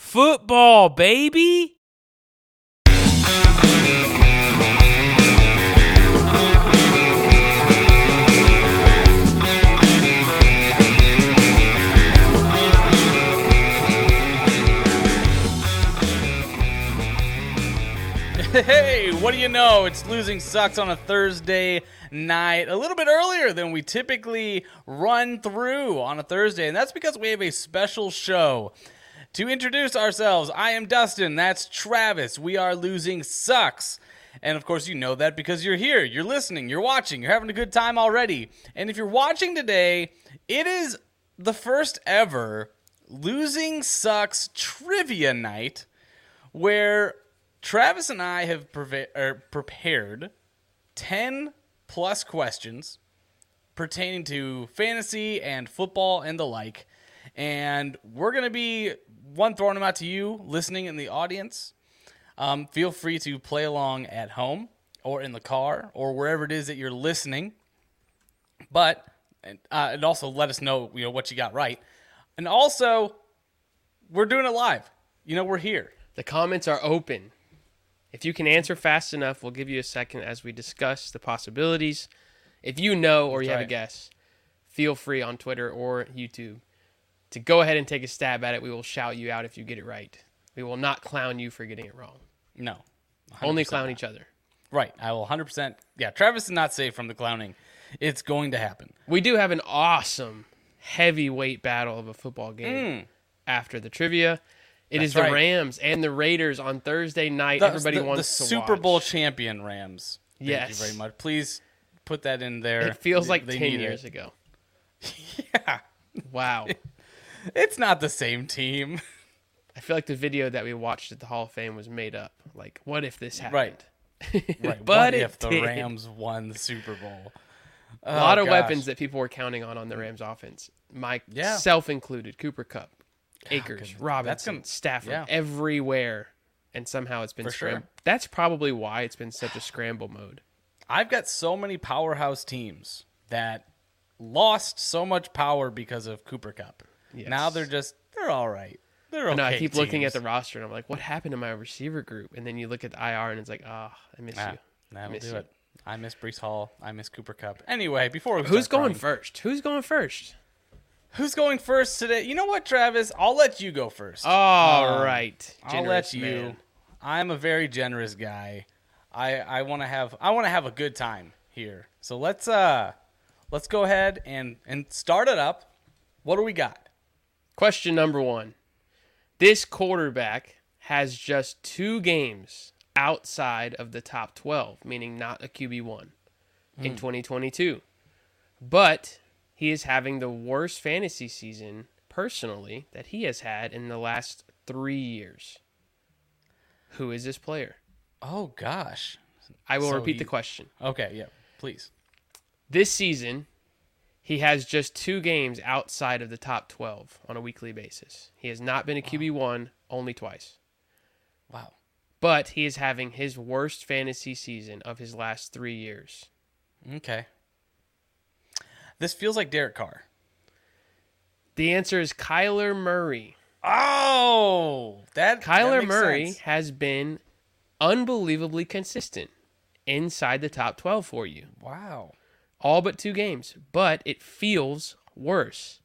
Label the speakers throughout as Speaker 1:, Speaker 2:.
Speaker 1: Football, baby. Hey, what do you know? It's Losing Sucks on a Thursday night, a little bit earlier than we typically run through on a Thursday, and that's because we have a special show. To introduce ourselves, I am Dustin, that's Travis. We are Losing Sucks. And of course, you know that because you're here, you're listening, you're watching, you're having a good time already. And if you're watching today, it is the first ever Losing Sucks Trivia Night where Travis and I have preve- er, prepared 10 plus questions pertaining to fantasy and football and the like. And we're going to be one throwing them out to you listening in the audience. Um, feel free to play along at home or in the car or wherever it is that you're listening. But and, uh, and also let us know you know what you got right. And also, we're doing it live. You know, we're here.
Speaker 2: The comments are open. If you can answer fast enough, we'll give you a second as we discuss the possibilities. If you know or you have
Speaker 1: right.
Speaker 2: a guess, feel free on Twitter or YouTube to go ahead and take a stab at it. We will shout you out if you get it right. We will not clown you for getting it wrong.
Speaker 1: No,
Speaker 2: Only clown each other.
Speaker 1: Right. I will 100%. Yeah, Travis is not safe from the clowning. It's going to happen.
Speaker 2: We do have an awesome heavyweight battle of a football game after the trivia. It is
Speaker 1: Mm. right.
Speaker 2: the Rams and the Raiders on Thursday night. Everybody
Speaker 1: the, the
Speaker 2: wants to
Speaker 1: Super
Speaker 2: watch.
Speaker 1: Bowl champion Rams. Thank
Speaker 2: Yes.
Speaker 1: you very much. Please put that in there.
Speaker 2: It feels
Speaker 1: They-
Speaker 2: like
Speaker 1: they
Speaker 2: ten
Speaker 1: need
Speaker 2: years
Speaker 1: It.
Speaker 2: ago. Yeah. Wow.
Speaker 1: It's not the same team.
Speaker 2: I feel like the video that we watched at the Hall of Fame was made up. Like, what if this happened?
Speaker 1: Right. Right.
Speaker 2: But
Speaker 1: what
Speaker 2: it
Speaker 1: if the
Speaker 2: did.
Speaker 1: Rams won the Super Bowl?
Speaker 2: A lot of
Speaker 1: gosh.
Speaker 2: weapons that people were counting on on the Rams offense. Mike,
Speaker 1: Yeah.
Speaker 2: self included, Cooper Cup, Akers,
Speaker 1: goodness. That's
Speaker 2: Robinson,
Speaker 1: gonna-
Speaker 2: Stafford,
Speaker 1: yeah.
Speaker 2: everywhere. And somehow it's been
Speaker 1: sure.
Speaker 2: scrambled. That's probably why it's been such a scramble mode.
Speaker 1: I've got so many powerhouse teams that lost so much power because of Cooper Cup. Now
Speaker 2: Yes.
Speaker 1: they're just, they're all right. They're okay.
Speaker 2: No, I keep looking at
Speaker 1: teams.
Speaker 2: the roster and I'm like, what happened to my receiver group? And then you look at the IR and it's like, ah, I miss
Speaker 1: Ah,
Speaker 2: you.
Speaker 1: that'll
Speaker 2: miss
Speaker 1: do
Speaker 2: you.
Speaker 1: it. I miss Brees Hall. I miss Cooper Cup. Anyway, before we
Speaker 2: Who's
Speaker 1: start
Speaker 2: going
Speaker 1: crying-
Speaker 2: first? Who's going first?
Speaker 1: who's going first today? You know what, Travis? I'll let you go first.
Speaker 2: All right,
Speaker 1: Um, I'll let you. I'm a very generous guy. I I want to have I want to have a good time here. So let's uh let's go ahead and and start it up. What do we got?
Speaker 2: Question number one. This quarterback has just two games outside of the top 12, meaning not a QB1 in
Speaker 1: Hmm.
Speaker 2: 2022. But he is having the worst fantasy season personally that he has had in the last three years. Who is this player?
Speaker 1: Oh gosh.
Speaker 2: I will
Speaker 1: So
Speaker 2: repeat the
Speaker 1: you-
Speaker 2: question.
Speaker 1: Okay, yeah. Please.
Speaker 2: This season, he has just two games outside of the top 12 on a weekly basis. He has not been a QB1 only twice.
Speaker 1: Wow.
Speaker 2: but he is having his worst fantasy season of his last three years.
Speaker 1: Okay. This feels like Derek Carr.
Speaker 2: The answer is Kyler Murray.
Speaker 1: Oh, that that
Speaker 2: Kyler
Speaker 1: makes
Speaker 2: Murray
Speaker 1: sense.
Speaker 2: has been unbelievably consistent inside the top 12 for you,
Speaker 1: Wow.
Speaker 2: all but two games, but it feels worse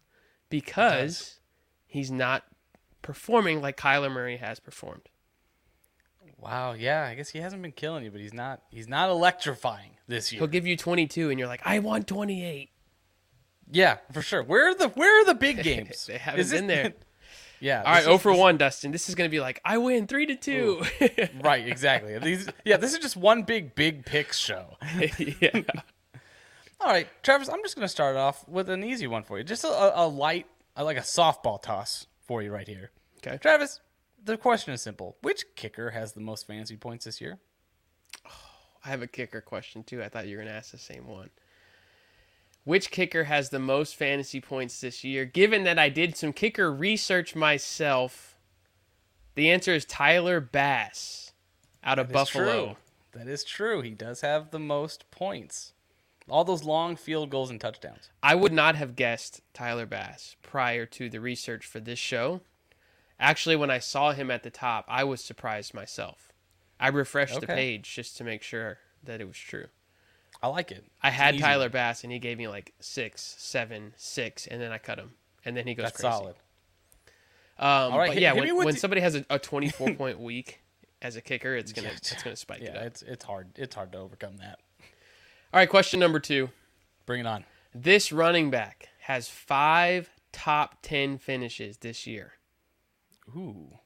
Speaker 2: because he's not performing like Kyler Murray has performed.
Speaker 1: Wow, yeah, I guess he hasn't been killing you, but he's not he's not electrifying this year.
Speaker 2: He'll give you 22 and you're like, "I want 28."
Speaker 1: Yeah, for sure. Where are the where are the big games?
Speaker 2: They haven't been there.
Speaker 1: yeah.
Speaker 2: All right,
Speaker 1: this
Speaker 2: 0
Speaker 1: is-
Speaker 2: for 1, Dustin. This is going to be like, "I win 3 to 2."
Speaker 1: Right, exactly. These yeah, this is just one big big picks show.
Speaker 2: yeah.
Speaker 1: All right, Travis, I'm just going to start off with an easy one for you. Just a, a a light uh, like a softball toss for you right here.
Speaker 2: Okay.
Speaker 1: Travis, the question is simple. Which kicker has the most fantasy points this year?
Speaker 2: I have a kicker question too. I thought you were going to ask the same one. Which kicker has the most fantasy points this year? Given that I did some kicker research myself, the answer is Tyler Bass out of
Speaker 1: That's
Speaker 2: Buffalo.
Speaker 1: true. That is true. He does have the most points. All those long field goals and touchdowns.
Speaker 2: I would not have guessed Tyler Bass prior to the research for this show. Actually, when I saw him at the top, I was surprised myself. I refreshed the
Speaker 1: Okay.
Speaker 2: page just to make sure that it was true.
Speaker 1: I like it.
Speaker 2: I
Speaker 1: It's an
Speaker 2: had
Speaker 1: easy
Speaker 2: Tyler
Speaker 1: one.
Speaker 2: Bass, and he gave me like six, seven, six, and then I cut him, and then he goes
Speaker 1: That's
Speaker 2: crazy.
Speaker 1: solid.
Speaker 2: Um,
Speaker 1: All right,
Speaker 2: but
Speaker 1: hit-
Speaker 2: yeah,
Speaker 1: hit me
Speaker 2: when,
Speaker 1: with
Speaker 2: when
Speaker 1: the-
Speaker 2: somebody has a, a 24 point week as a kicker, it's gonna it's gonna spike it
Speaker 1: Yeah,
Speaker 2: up.
Speaker 1: it's it's hard. It's hard to overcome that.
Speaker 2: All right, question number two.
Speaker 1: Bring it on.
Speaker 2: This running back has five top 10 finishes this year,
Speaker 1: Ooh.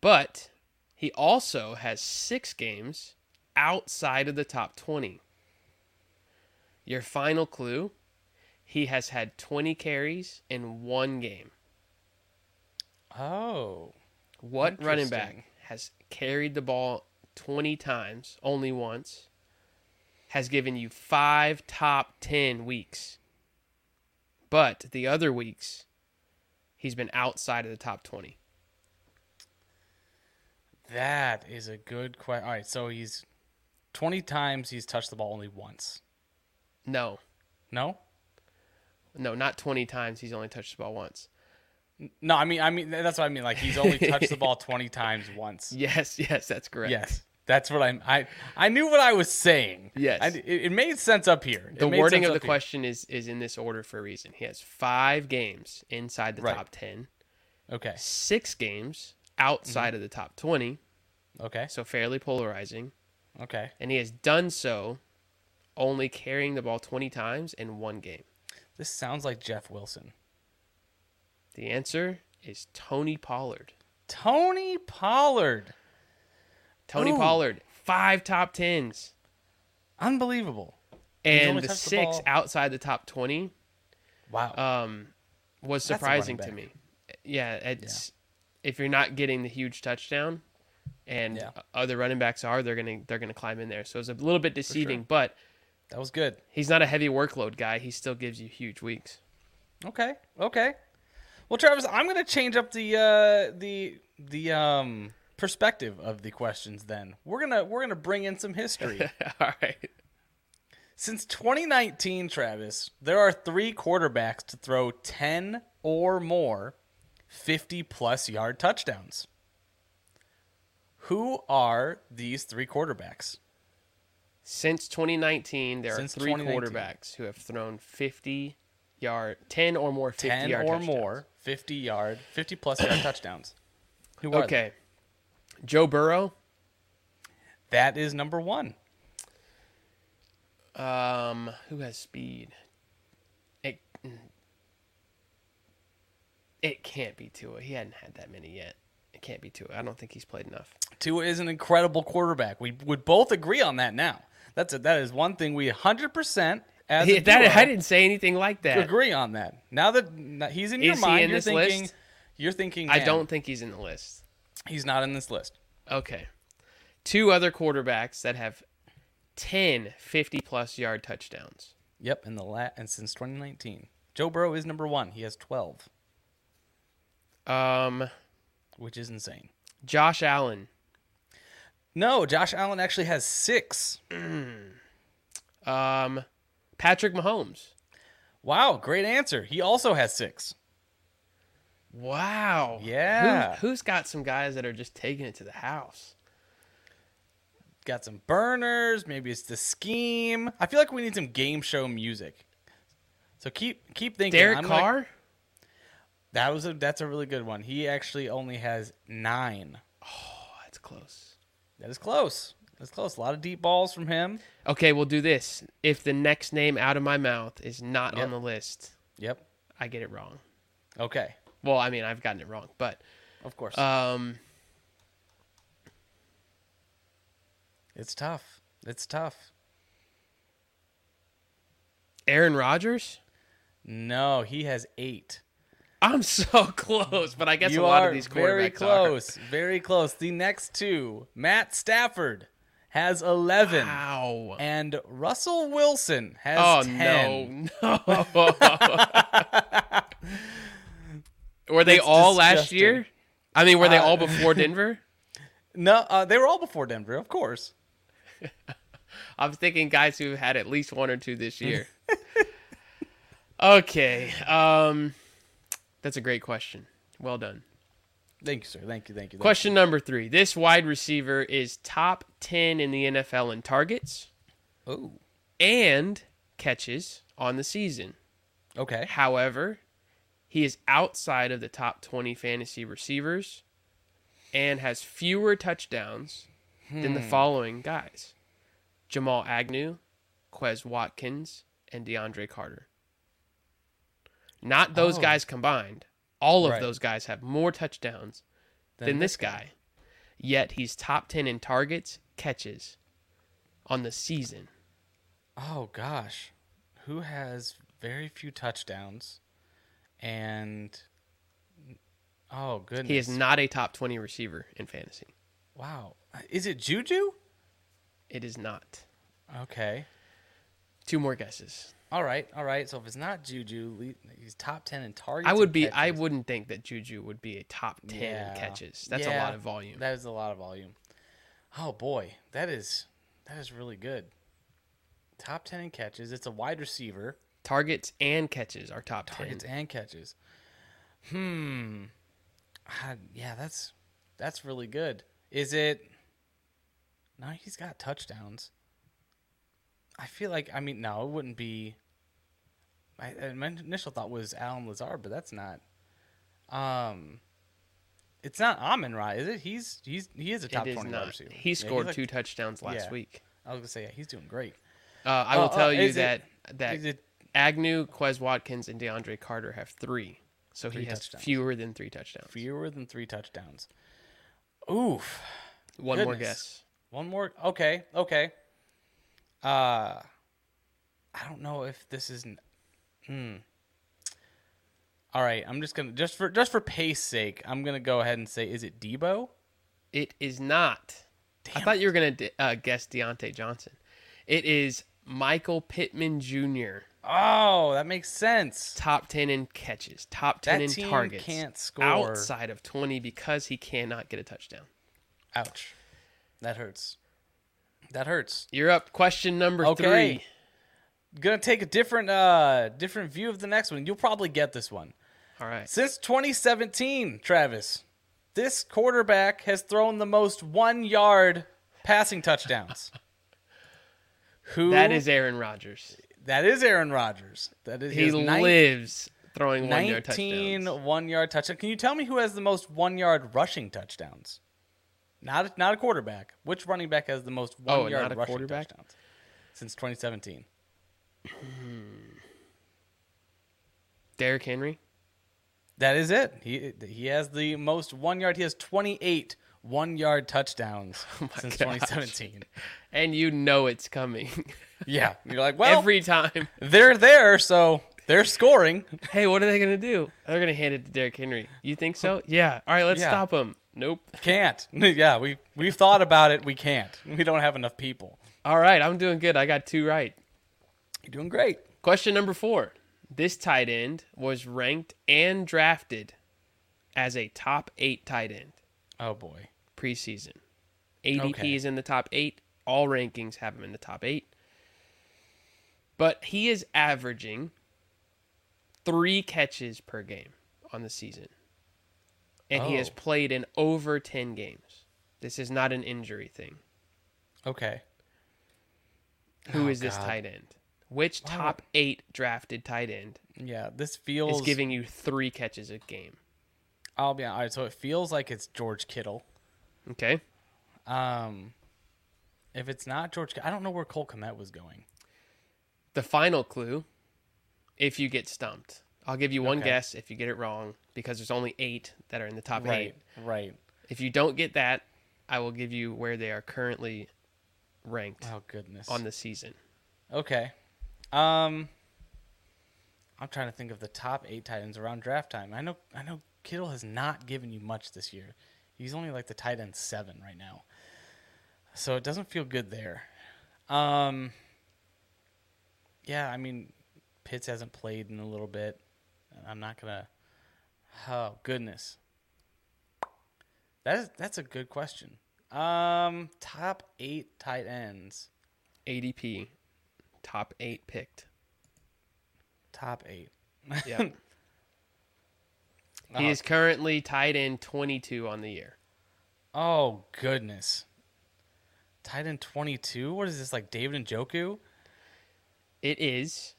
Speaker 2: but he also has six games outside of the top 20. Your final clue he has had 20 carries in one game.
Speaker 1: Oh.
Speaker 2: What running back
Speaker 1: Interesting.
Speaker 2: has carried the ball 20 times, only once, has given you five top 10 weeks? But the other weeks, he's been outside of the top 20.
Speaker 1: That is a good question. All right, so he's 20 times he's touched the ball only once.
Speaker 2: No,
Speaker 1: No?
Speaker 2: no, not 20 times. He's only touched the ball once.
Speaker 1: No, I mean I mean that's what I mean like he's only touched the ball 20 times once.
Speaker 2: Yes, yes, that's correct.
Speaker 1: Yes. That's what I'm I I knew what I was saying.
Speaker 2: Yes.
Speaker 1: I, it, it made sense up here. It
Speaker 2: The
Speaker 1: made
Speaker 2: wording
Speaker 1: sense
Speaker 2: of the
Speaker 1: up here.
Speaker 2: question is, is in this order for a reason. He has five games inside the
Speaker 1: Right.
Speaker 2: top 10,
Speaker 1: Okay.
Speaker 2: six games
Speaker 1: Mm-hmm.
Speaker 2: outside of the top 20,
Speaker 1: Okay.
Speaker 2: so fairly polarizing.
Speaker 1: Okay.
Speaker 2: and he has done so only carrying the ball 20 times in one game.
Speaker 1: This sounds like Jeff Wilson.
Speaker 2: The answer is Tony Pollard.
Speaker 1: Tony Pollard.
Speaker 2: Tony
Speaker 1: Ooh.
Speaker 2: Pollard, five top 10s
Speaker 1: Unbelievable.
Speaker 2: and
Speaker 1: only
Speaker 2: the
Speaker 1: touched the
Speaker 2: six
Speaker 1: ball- outside
Speaker 2: outside the top 20
Speaker 1: Wow.
Speaker 2: um, was
Speaker 1: That's a running
Speaker 2: surprising to
Speaker 1: back.
Speaker 2: me. Yeah, it's if you're not getting the huge touchdown and
Speaker 1: Yeah.
Speaker 2: other running backs are, they're going to they're going to climb in there. So it's a little bit deceiving, but
Speaker 1: that was good.
Speaker 2: he's not a heavy workload guy. He still gives you huge weeks.
Speaker 1: Okay. Okay. Well, Travis, I'm going to change up the uh, the the um, perspective of the questions. Then we're gonna we're gonna bring in some history.
Speaker 2: All right.
Speaker 1: Since 2019, Travis, there are three quarterbacks to throw 10 or more 50 plus yard touchdowns. Who are these three quarterbacks?
Speaker 2: Since 2019, there
Speaker 1: Since
Speaker 2: are three
Speaker 1: 2019.
Speaker 2: quarterbacks who have thrown 50 yard, 10 or more 50
Speaker 1: 10
Speaker 2: yard
Speaker 1: or
Speaker 2: touchdowns.
Speaker 1: more 50 yard, 50 plus yard touchdowns. Who are they?
Speaker 2: Okay, Joe Burrow,
Speaker 1: That is number one.
Speaker 2: um, who has speed? It it can't be Tua. He hadn't had that many yet. It can't be Tua. I don't think he's played enough.
Speaker 1: Tua is an incredible quarterback. We would both agree on that now. That's a, that is one thing we 100% as
Speaker 2: He-
Speaker 1: a
Speaker 2: that-
Speaker 1: duo
Speaker 2: I didn't say anything like that.
Speaker 1: agree on that. Now that now he's in your
Speaker 2: Is he
Speaker 1: mind,
Speaker 2: in
Speaker 1: you're
Speaker 2: this
Speaker 1: thinking
Speaker 2: list?
Speaker 1: you're thinking
Speaker 2: I
Speaker 1: man,
Speaker 2: don't think he's in the list.
Speaker 1: he's not in this list.
Speaker 2: Okay. Two other quarterbacks that have 10 50 plus yard touchdowns.
Speaker 1: Yep, in the la- and since 2019. Joe Burrow is number 1. He has 12,
Speaker 2: Um,
Speaker 1: which is insane.
Speaker 2: Josh Allen,
Speaker 1: No, Josh Allen actually has 6.
Speaker 2: um, Patrick Mahomes.
Speaker 1: Wow, great answer. He also has 6.
Speaker 2: Wow.
Speaker 1: Yeah.
Speaker 2: Who, has got some guys that are just taking it to the house?
Speaker 1: Got some burners, maybe it's the scheme. I feel like we need some game show music. So keep keep thinking.
Speaker 2: Derek
Speaker 1: I'm gonna-
Speaker 2: Carr.
Speaker 1: That was a that's a really good one. He actually only has nine.
Speaker 2: oh, that's close.
Speaker 1: That is close. That's close. A lot of deep balls from him.
Speaker 2: Okay, we'll do this. If the next name out of my mouth is not
Speaker 1: Yep.
Speaker 2: on the list,
Speaker 1: Yep.
Speaker 2: I get it wrong.
Speaker 1: Okay.
Speaker 2: Well, I mean, I've gotten it wrong, but
Speaker 1: Of course.
Speaker 2: um,
Speaker 1: it's tough. It's tough.
Speaker 2: Aaron Rodgers.
Speaker 1: No, he has eight.
Speaker 2: I'm so close, but I guess
Speaker 1: you
Speaker 2: a lot
Speaker 1: are
Speaker 2: of these quarterbacks
Speaker 1: very
Speaker 2: are.
Speaker 1: close. Very close. The next two, Matt Stafford has eleven,
Speaker 2: Wow.
Speaker 1: and Russell Wilson has
Speaker 2: Ah. Oh
Speaker 1: 10.
Speaker 2: no, no. were they
Speaker 1: That's
Speaker 2: all last
Speaker 1: disgusting. Uh,
Speaker 2: year? I mean, were they all before Denver?
Speaker 1: No, uh, they were all before Denver, of course.
Speaker 2: I'm thinking guys who had at least one or two this year. okay, um, that's a great question. Well done.
Speaker 1: Thank you, sir. Thank you. Thank you. Thank
Speaker 2: Question number three. This wide receiver is top 10 in the NFL in targets
Speaker 1: you. Oh,
Speaker 2: and catches on the season.
Speaker 1: Oh, okay.
Speaker 2: However, he is outside of the top 20 fantasy receivers and has fewer touchdowns than the following guys Jamal Agnew, Quez Watkins, and DeAndre Carter. Not those
Speaker 1: Oh.
Speaker 2: guys combined. All of
Speaker 1: Right.
Speaker 2: those guys have more touchdowns than, this guy. Yet he's top 10 in targets, catches on the season.
Speaker 1: Oh gosh, who has very few touchdowns, and oh goodness,
Speaker 2: He is not a top 20 receiver in fantasy.
Speaker 1: Wow, is it Juju?
Speaker 2: It is not.
Speaker 1: Okay.
Speaker 2: Two more guesses.
Speaker 1: All right, all right. So if it's not Juju, le- he's top ten in targets.
Speaker 2: I would
Speaker 1: and
Speaker 2: be. I
Speaker 1: catches.
Speaker 2: wouldn't think that Juju would be a top ten
Speaker 1: Yeah.
Speaker 2: catches. That's a
Speaker 1: Yeah,
Speaker 2: lot of volume.
Speaker 1: That is a lot of volume. Oh boy, that is that is really good. Top ten in catches. It's a wide receiver.
Speaker 2: Targets and catches are top
Speaker 1: targets
Speaker 2: ten.
Speaker 1: and catches. Hmm. Ah, yeah, that's that's really good. Is it? No, he's got touchdowns. I feel like I mean no, it wouldn't be. My, uh, my initial thought was Alan Lazard, but that's not. Um, it's not Amon Ra, is it? He's he's he is a top
Speaker 2: It is
Speaker 1: twenty wide
Speaker 2: not.
Speaker 1: receiver. Yeah,
Speaker 2: He
Speaker 1: he's
Speaker 2: scored
Speaker 1: like-
Speaker 2: two touchdowns last
Speaker 1: yeah.
Speaker 2: week.
Speaker 1: I was gonna say yeah, he's doing great.
Speaker 2: Uh, I
Speaker 1: Oh,
Speaker 2: will
Speaker 1: oh,
Speaker 2: tell you
Speaker 1: is it-
Speaker 2: that that
Speaker 1: is it-
Speaker 2: Agnew, Quez Watkins, and DeAndre Carter have three. So
Speaker 1: Three
Speaker 2: he has
Speaker 1: touchdowns.
Speaker 2: fewer than three touchdowns.
Speaker 1: Fewer than three touchdowns. Oof.
Speaker 2: One more
Speaker 1: Goodness.
Speaker 2: guess.
Speaker 1: One more. Okay. Okay. Uh, I don't know if this isn't. Hmm. All right. I'm just gonna just for just for pace sake, I'm gonna go ahead and say, is it Debo?
Speaker 2: It is not. I
Speaker 1: Damn
Speaker 2: thought you were gonna de- uh, guess Deontay Johnson. It is Michael Pittman Jr.
Speaker 1: Oh, that makes sense.
Speaker 2: top 10 in catches, top 10
Speaker 1: That
Speaker 2: in
Speaker 1: team
Speaker 2: targets.
Speaker 1: can't score.
Speaker 2: outside of 20 because he cannot get a touchdown.
Speaker 1: Ouch. That hurts. That hurts.
Speaker 2: You're up. Question number
Speaker 1: Okay.
Speaker 2: 3.
Speaker 1: Gonna take a different uh different view of the next one. You'll probably get this one.
Speaker 2: All right.
Speaker 1: Since 2017, Travis, this quarterback has thrown the most one yard passing touchdowns. Who
Speaker 2: That is Aaron Rodgers.
Speaker 1: that is Aaron Rodgers. That is
Speaker 2: He
Speaker 1: his nine-
Speaker 2: lives throwing one yard
Speaker 1: 19
Speaker 2: touchdowns.
Speaker 1: one yard touchdown. Can you tell me who has the most one yard rushing touchdowns? Not a, not a quarterback. Which running back has the most one
Speaker 2: Oh,
Speaker 1: yard
Speaker 2: not a
Speaker 1: rushing
Speaker 2: quarterback?
Speaker 1: touchdowns since 2017?
Speaker 2: Derrick Henry.
Speaker 1: That is it. He he has the most one yard. He has 28 one yard touchdowns
Speaker 2: my
Speaker 1: since
Speaker 2: gosh.
Speaker 1: 2017.
Speaker 2: And you know it's coming
Speaker 1: Yeah. You're like, well,
Speaker 2: every time.
Speaker 1: they're there, so they're scoring.
Speaker 2: Hey, what are they going to do? They're going to hand it to Derrick Henry. You think so? Yeah. All right, let's
Speaker 1: Yeah.
Speaker 2: stop him. Nope.
Speaker 1: Can't. Yeah, we we've thought about it. We can't. We don't have enough people.
Speaker 2: All right, I'm doing good. I got two right.
Speaker 1: You're doing great.
Speaker 2: Question number four. This tight end was ranked and drafted as a top eight tight end
Speaker 1: Oh boy.
Speaker 2: preseason. ADP
Speaker 1: Okay.
Speaker 2: is in the top eight. All rankings have him in the top eight. But he is averaging three catches per game on the season. And he has
Speaker 1: Oh.
Speaker 2: played in over 10 games. This is not an injury thing.
Speaker 1: Okay.
Speaker 2: Who is
Speaker 1: Oh,
Speaker 2: this
Speaker 1: God.
Speaker 2: tight end? Which top eight drafted tight end
Speaker 1: Yeah, this
Speaker 2: is
Speaker 1: feels.
Speaker 2: giving you three catches a game.
Speaker 1: I'll be honest. All right, so it feels like it's George Kittle.
Speaker 2: Okay.
Speaker 1: Um, if it's not George, Kittle, I don't know where Cole Komet was going.
Speaker 2: The final clue, if you get stumped, I'll give you one
Speaker 1: Okay.
Speaker 2: guess if you get it wrong because there's only eight that are in the top eight.
Speaker 1: Right.
Speaker 2: If you don't get that, I will give you where they are currently ranked
Speaker 1: Oh goodness.
Speaker 2: on the season.
Speaker 1: Okay. Um I'm trying to think of the top eight tight ends around draft time. I know I know Kittle has not given you much this year. He's only like the tight end seven right now. So it doesn't feel good there. Um Yeah, I mean Pitts hasn't played in a little bit. I'm not gonna Oh goodness. That is that's a good question. Um top eight tight ends.
Speaker 2: ADP, top eight picked.
Speaker 1: Top eight.
Speaker 2: Yeah. He is currently tied in 22 on the year.
Speaker 1: Oh goodness. Tied in 22. What is this like David and Joku?
Speaker 2: It is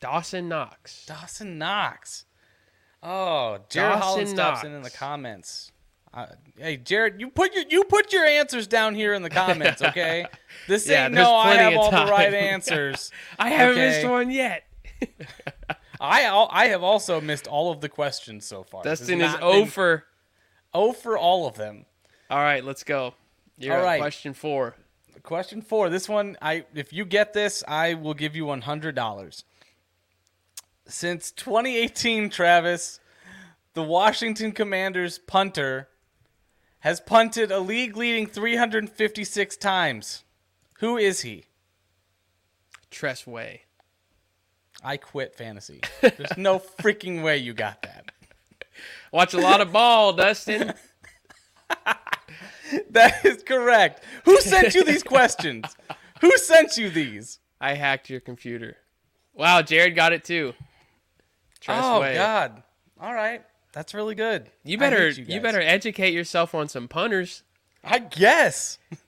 Speaker 2: Dawson Knox.
Speaker 1: Dawson Knox. Oh, Jared
Speaker 2: Dawson
Speaker 1: Holland stops in in the
Speaker 2: Knox.
Speaker 1: comments. Uh, hey, Jared, you put your you put your answers down here in the comments, okay? This
Speaker 2: Yeah,
Speaker 1: ain't
Speaker 2: there's
Speaker 1: no. I
Speaker 2: plenty
Speaker 1: have
Speaker 2: of
Speaker 1: all the right
Speaker 2: time.
Speaker 1: answers.
Speaker 2: I haven't
Speaker 1: Okay.
Speaker 2: missed one yet.
Speaker 1: I al- I have also missed all of the questions so far. This
Speaker 2: Dustin
Speaker 1: has
Speaker 2: is oh
Speaker 1: not been-
Speaker 2: over.
Speaker 1: oh for all of them.
Speaker 2: All right, let's go. You're
Speaker 1: All
Speaker 2: up.
Speaker 1: right.
Speaker 2: Question four.
Speaker 1: Question four. This one, I if you get this, I will give you one hundred dollars. Since 2018, Travis, the Washington Commanders punter has punted a league leading 356 times. Who is he?
Speaker 2: Tress Way.
Speaker 1: I quit fantasy. There's no freaking way you got that.
Speaker 2: Watch a lot of ball, Dustin.
Speaker 1: That is correct. Who sent you these questions? Who sent you these?
Speaker 2: I hacked your computer. Wow, Jared got it too. Tress
Speaker 1: oh
Speaker 2: Way.
Speaker 1: God! All right, that's really good. I
Speaker 2: You
Speaker 1: hate
Speaker 2: better you,
Speaker 1: you, guys.
Speaker 2: better educate yourself on some punters.
Speaker 1: I guess.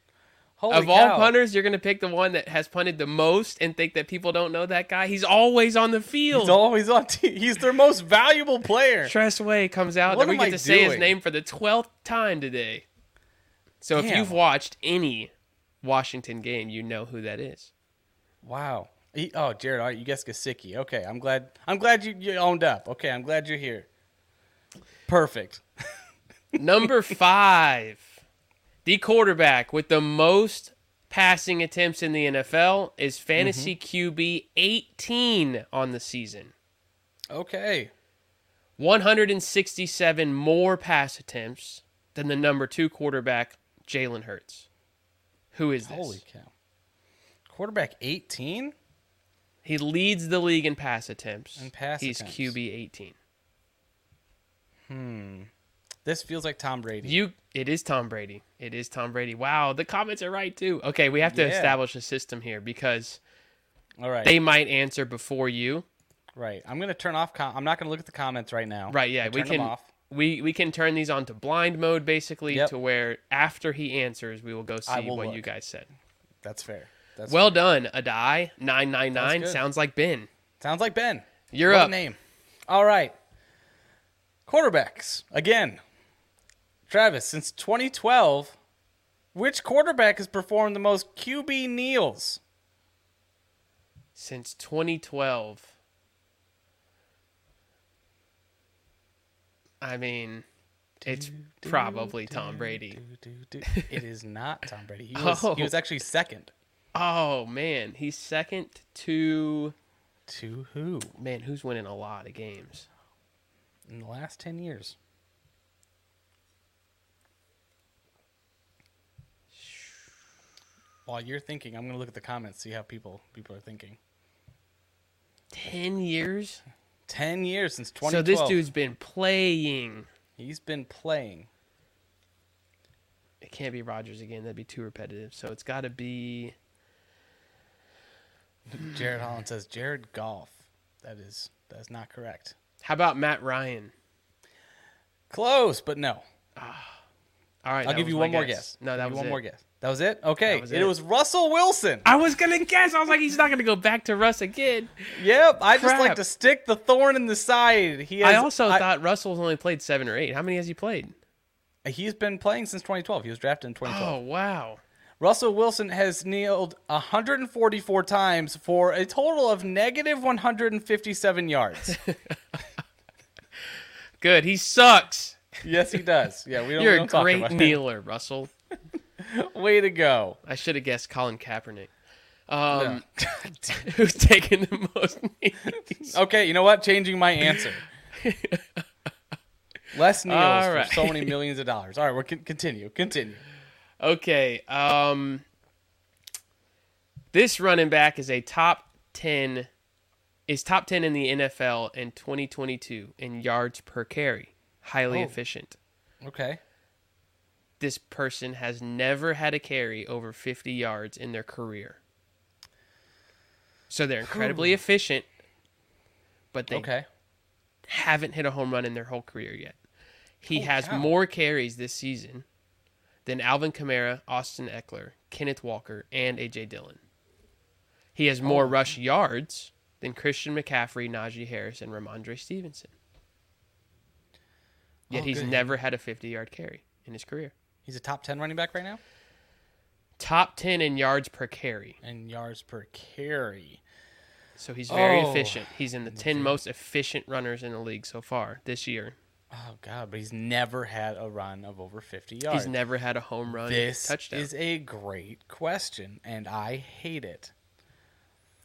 Speaker 1: Holy
Speaker 2: of all
Speaker 1: cow.
Speaker 2: punters, you're gonna pick the one that has punted the most and think that people don't know that guy. He's always on the field.
Speaker 1: he's always on. T- he's their most valuable player.
Speaker 2: Tressway comes out,
Speaker 1: What
Speaker 2: and we
Speaker 1: am
Speaker 2: get
Speaker 1: I
Speaker 2: to say his
Speaker 1: doing?
Speaker 2: name for the twelfth time today. So if
Speaker 1: Damn.
Speaker 2: you've watched any Washington game, you know who that is.
Speaker 1: Wow. He, oh, Jared, all right, you guessed Gasicki. Okay, I'm glad. I'm glad you, you owned up. Okay, I'm glad you're here. Perfect.
Speaker 2: Number five, the quarterback with the most passing attempts in the NFL is
Speaker 1: Mm-hmm.
Speaker 2: fantasy QB 18 on the season.
Speaker 1: Okay.
Speaker 2: 167 more pass attempts than the number two quarterback, Jalen Hurts. Who is this?
Speaker 1: Holy cow. Quarterback 18.
Speaker 2: He leads the league in pass attempts.
Speaker 1: In pass
Speaker 2: He's
Speaker 1: attempts.
Speaker 2: QB 18.
Speaker 1: This feels like Tom Brady.
Speaker 2: You, it is Tom Brady. It is Tom Brady. Wow, the comments are right too. Okay, we have to
Speaker 1: Yeah.
Speaker 2: establish a system here because
Speaker 1: all right.
Speaker 2: they might answer before you.
Speaker 1: right. I'm gonna turn off. Com- I'm not gonna look at the comments right now.
Speaker 2: Right, yeah,
Speaker 1: I
Speaker 2: we
Speaker 1: turned them
Speaker 2: can
Speaker 1: off.
Speaker 2: we we can turn these on to blind mode basically
Speaker 1: Yep.
Speaker 2: to where after he answers we will go see
Speaker 1: will
Speaker 2: what you
Speaker 1: look.
Speaker 2: guys said.
Speaker 1: That's fair. That's
Speaker 2: Well done, Adai. Nine nine nine
Speaker 1: Sounds good.
Speaker 2: sounds like Ben.
Speaker 1: Sounds like Ben.
Speaker 2: You're
Speaker 1: what a
Speaker 2: up.
Speaker 1: name. All right. Quarterbacks again. Travis, since 2012, which quarterback has performed the most QB kneels?
Speaker 2: Since twenty twelve. I mean it's probably Tom Brady.
Speaker 1: It is not Tom Brady. He was,
Speaker 2: Oh.
Speaker 1: he was actually second.
Speaker 2: Oh man, he's second to
Speaker 1: To who?
Speaker 2: man, who's winning a lot of games?
Speaker 1: In the last 10 years. While you're thinking, I'm going to look at the comments, see how people people are thinking.
Speaker 2: Ten years?
Speaker 1: 10 years since
Speaker 2: So
Speaker 1: 2012.
Speaker 2: this dude's been playing.
Speaker 1: He's been playing.
Speaker 2: it can't be Rogers again. That'd be too repetitive. So it's got to be
Speaker 1: Jared Holland says Jared Golf. That is that is not correct.
Speaker 2: how about Matt Ryan?
Speaker 1: Close, but no.
Speaker 2: All right,
Speaker 1: I'll
Speaker 2: that
Speaker 1: give
Speaker 2: was
Speaker 1: you
Speaker 2: my
Speaker 1: one more guess.
Speaker 2: No,
Speaker 1: I'll
Speaker 2: that
Speaker 1: give
Speaker 2: was
Speaker 1: you one
Speaker 2: it.
Speaker 1: more guess. That was it. Okay,
Speaker 2: That was
Speaker 1: it.
Speaker 2: it.
Speaker 1: was Russell Wilson.
Speaker 2: I was gonna guess. I was like, he's not gonna go back to Russ again.
Speaker 1: yep, I just
Speaker 2: Crap.
Speaker 1: like to stick the thorn in the side. He has,
Speaker 2: I also thought Russell's only played seven or eight. How many has he played?
Speaker 1: he's been playing since 2012. He was drafted in 2012.
Speaker 2: Oh wow,
Speaker 1: Russell Wilson has kneeled 144 times for a total of negative 157 yards.
Speaker 2: good. He sucks.
Speaker 1: yes, he does. Yeah, we don't. we
Speaker 2: You're a
Speaker 1: don't talk
Speaker 2: great
Speaker 1: about it.
Speaker 2: kneeler, Russell.
Speaker 1: Way to go.
Speaker 2: I should have guessed Colin Kaepernick. Um,
Speaker 1: Yeah.
Speaker 2: who's taking the most knees?
Speaker 1: Okay, you know what? Changing my answer. Less kneels
Speaker 2: All
Speaker 1: for
Speaker 2: right.
Speaker 1: so many millions of dollars. All right, we'll con- continue. Continue.
Speaker 2: Okay. Um, this running back is a top ten, is top ten in the NFL in 2022 in yards per carry. Highly
Speaker 1: Oh.
Speaker 2: efficient.
Speaker 1: Okay.
Speaker 2: This person has never had a carry over 50 yards in their career. So they're incredibly efficient, but they
Speaker 1: Okay.
Speaker 2: haven't hit a home run in their whole career yet. He
Speaker 1: Holy
Speaker 2: has
Speaker 1: cow.
Speaker 2: more carries this season than Alvin Kamara, Austin Eckler, Kenneth Walker, and AJ Dillon. He has
Speaker 1: Oh.
Speaker 2: more rush yards than Christian McCaffrey, Najee Harris, and Ramondre Stevenson. Yet
Speaker 1: Oh,
Speaker 2: he's
Speaker 1: good.
Speaker 2: never had a 50 yard carry in his career.
Speaker 1: He's a top 10 running back right now
Speaker 2: Top 10 in yards per carry.
Speaker 1: and yards per carry.
Speaker 2: So he's very
Speaker 1: Oh.
Speaker 2: efficient. He's in the 10 most efficient runners in the league so far this year.
Speaker 1: Oh god, but he's never had a run of over 50 yards.
Speaker 2: He's never had a home run
Speaker 1: this
Speaker 2: touchdown.
Speaker 1: is a great question and I hate it.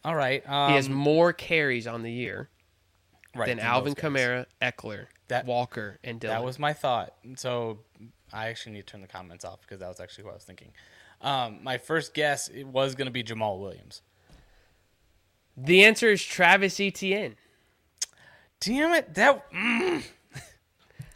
Speaker 1: All right. Um,
Speaker 2: he has more carries on the year
Speaker 1: right,
Speaker 2: than
Speaker 1: those
Speaker 2: Alvin
Speaker 1: guys.
Speaker 2: Kamara, Eckler,
Speaker 1: That-
Speaker 2: Walker, and Dillon.
Speaker 1: That was my thought. So I actually need to turn the comments off because that was actually what I was thinking. Um, my first guess it was going to be Jamal Williams.
Speaker 2: the answer is Travis Etienne.
Speaker 1: Damn it! That mm,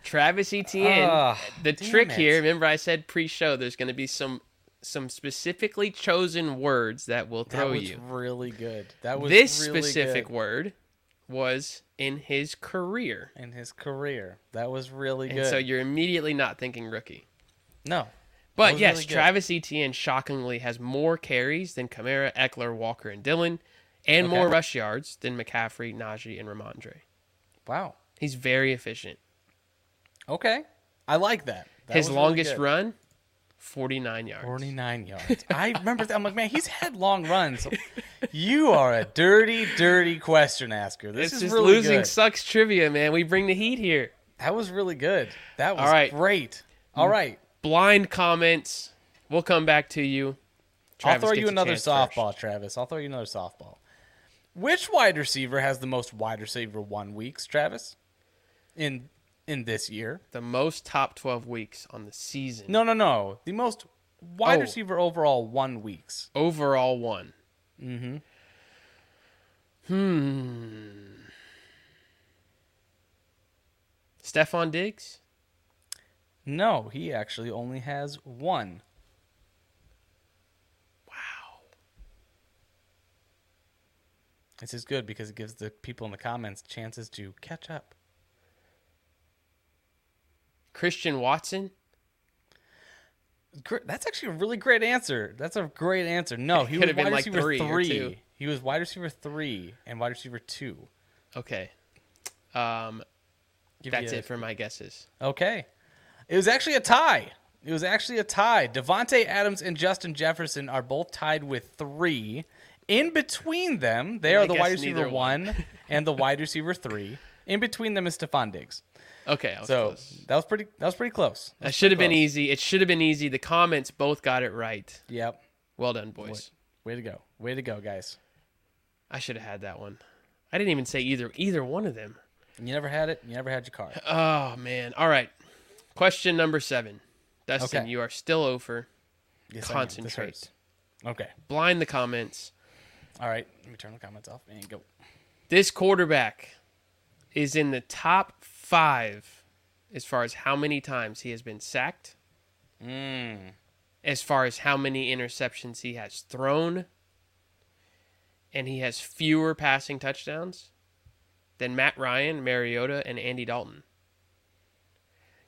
Speaker 2: Travis Etienne.
Speaker 1: Ah,
Speaker 2: the
Speaker 1: damn
Speaker 2: trick
Speaker 1: it.
Speaker 2: here, remember I said pre-show there's going to be some some specifically chosen words that will
Speaker 1: that
Speaker 2: throw
Speaker 1: was
Speaker 2: you.
Speaker 1: really good. That was
Speaker 2: This
Speaker 1: really
Speaker 2: specific
Speaker 1: good
Speaker 2: word was in his career.
Speaker 1: in his career. That was really
Speaker 2: And
Speaker 1: good.
Speaker 2: so you're immediately not thinking rookie.
Speaker 1: no,
Speaker 2: But
Speaker 1: was
Speaker 2: yes,
Speaker 1: really good.
Speaker 2: Travis Etienne shockingly has more carries than Kamara, Eckler, Walker, and Dillon, and
Speaker 1: Okay.
Speaker 2: more rush yards than McCaffrey, Najee, and Ramondre.
Speaker 1: wow.
Speaker 2: He's very efficient.
Speaker 1: Okay, I like that. That
Speaker 2: His
Speaker 1: was really
Speaker 2: longest
Speaker 1: good.
Speaker 2: run, 49 yards.
Speaker 1: 49 yards. I remember that. I'm like, man, he's had long runs. You are a dirty, dirty question asker. This
Speaker 2: It's
Speaker 1: is
Speaker 2: just
Speaker 1: really
Speaker 2: losing
Speaker 1: good.
Speaker 2: sucks trivia, man. We bring the heat here.
Speaker 1: That was really good. That was
Speaker 2: All right.
Speaker 1: great. All right.
Speaker 2: Blind comments. We'll come back to you. Travis
Speaker 1: I'll throw
Speaker 2: gets
Speaker 1: you
Speaker 2: a
Speaker 1: another
Speaker 2: chance first.
Speaker 1: softball, Travis. I'll throw you another softball. Which wide receiver has the most wide receiver one weeks, Travis? In in this year?
Speaker 2: The most top 12 weeks on the season.
Speaker 1: No, no, no. The most wide
Speaker 2: Oh.
Speaker 1: receiver overall one weeks.
Speaker 2: Overall one. Mm-hmm. Hmm. Stefan Diggs?
Speaker 1: No, he actually only has one.
Speaker 2: Wow.
Speaker 1: This is good because it gives the people in the comments chances to catch up.
Speaker 2: Christian Watson?
Speaker 1: Gr- That's actually a really great answer. That's a great answer. No, he
Speaker 2: Could
Speaker 1: was
Speaker 2: have
Speaker 1: wide
Speaker 2: been like
Speaker 1: receiver
Speaker 2: three
Speaker 1: three.
Speaker 2: or two.
Speaker 1: He was wide receiver three and wide receiver two.
Speaker 2: Okay. Um,
Speaker 1: Give
Speaker 2: that's
Speaker 1: you-
Speaker 2: it for my guesses.
Speaker 1: Okay. It was actually a tie. It was actually a tie. Devonte Adams and Justin Jefferson are both tied with three. In between them, they
Speaker 2: I
Speaker 1: are the wide
Speaker 2: guess
Speaker 1: receiver
Speaker 2: neither
Speaker 1: one,
Speaker 2: one.
Speaker 1: and the wide receiver three. In between them is Stephon Diggs.
Speaker 2: Okay. I was
Speaker 1: So
Speaker 2: close.
Speaker 1: that was pretty. That was pretty close.
Speaker 2: That should have been
Speaker 1: close.
Speaker 2: easy. It should have been easy. The comments both got it right.
Speaker 1: Yep.
Speaker 2: Well done, boys.
Speaker 1: Way to go. Way to go, guys.
Speaker 2: I should have had that one. I didn't even say either either one of them.
Speaker 1: You never had it. You never had your card.
Speaker 2: Oh man. All right. Question number seven. Dustin,
Speaker 1: Okay.
Speaker 2: you are still over.
Speaker 1: Yes, I am. This
Speaker 2: Concentrate.
Speaker 1: hurts. Okay.
Speaker 2: Blind the comments.
Speaker 1: All right. Let me turn the comments off and go.
Speaker 2: This quarterback is in the top five as far as how many times he has been sacked. Mm. As far as how many interceptions he has thrown. And he has fewer passing touchdowns than Matt Ryan, Mariota, and Andy Dalton.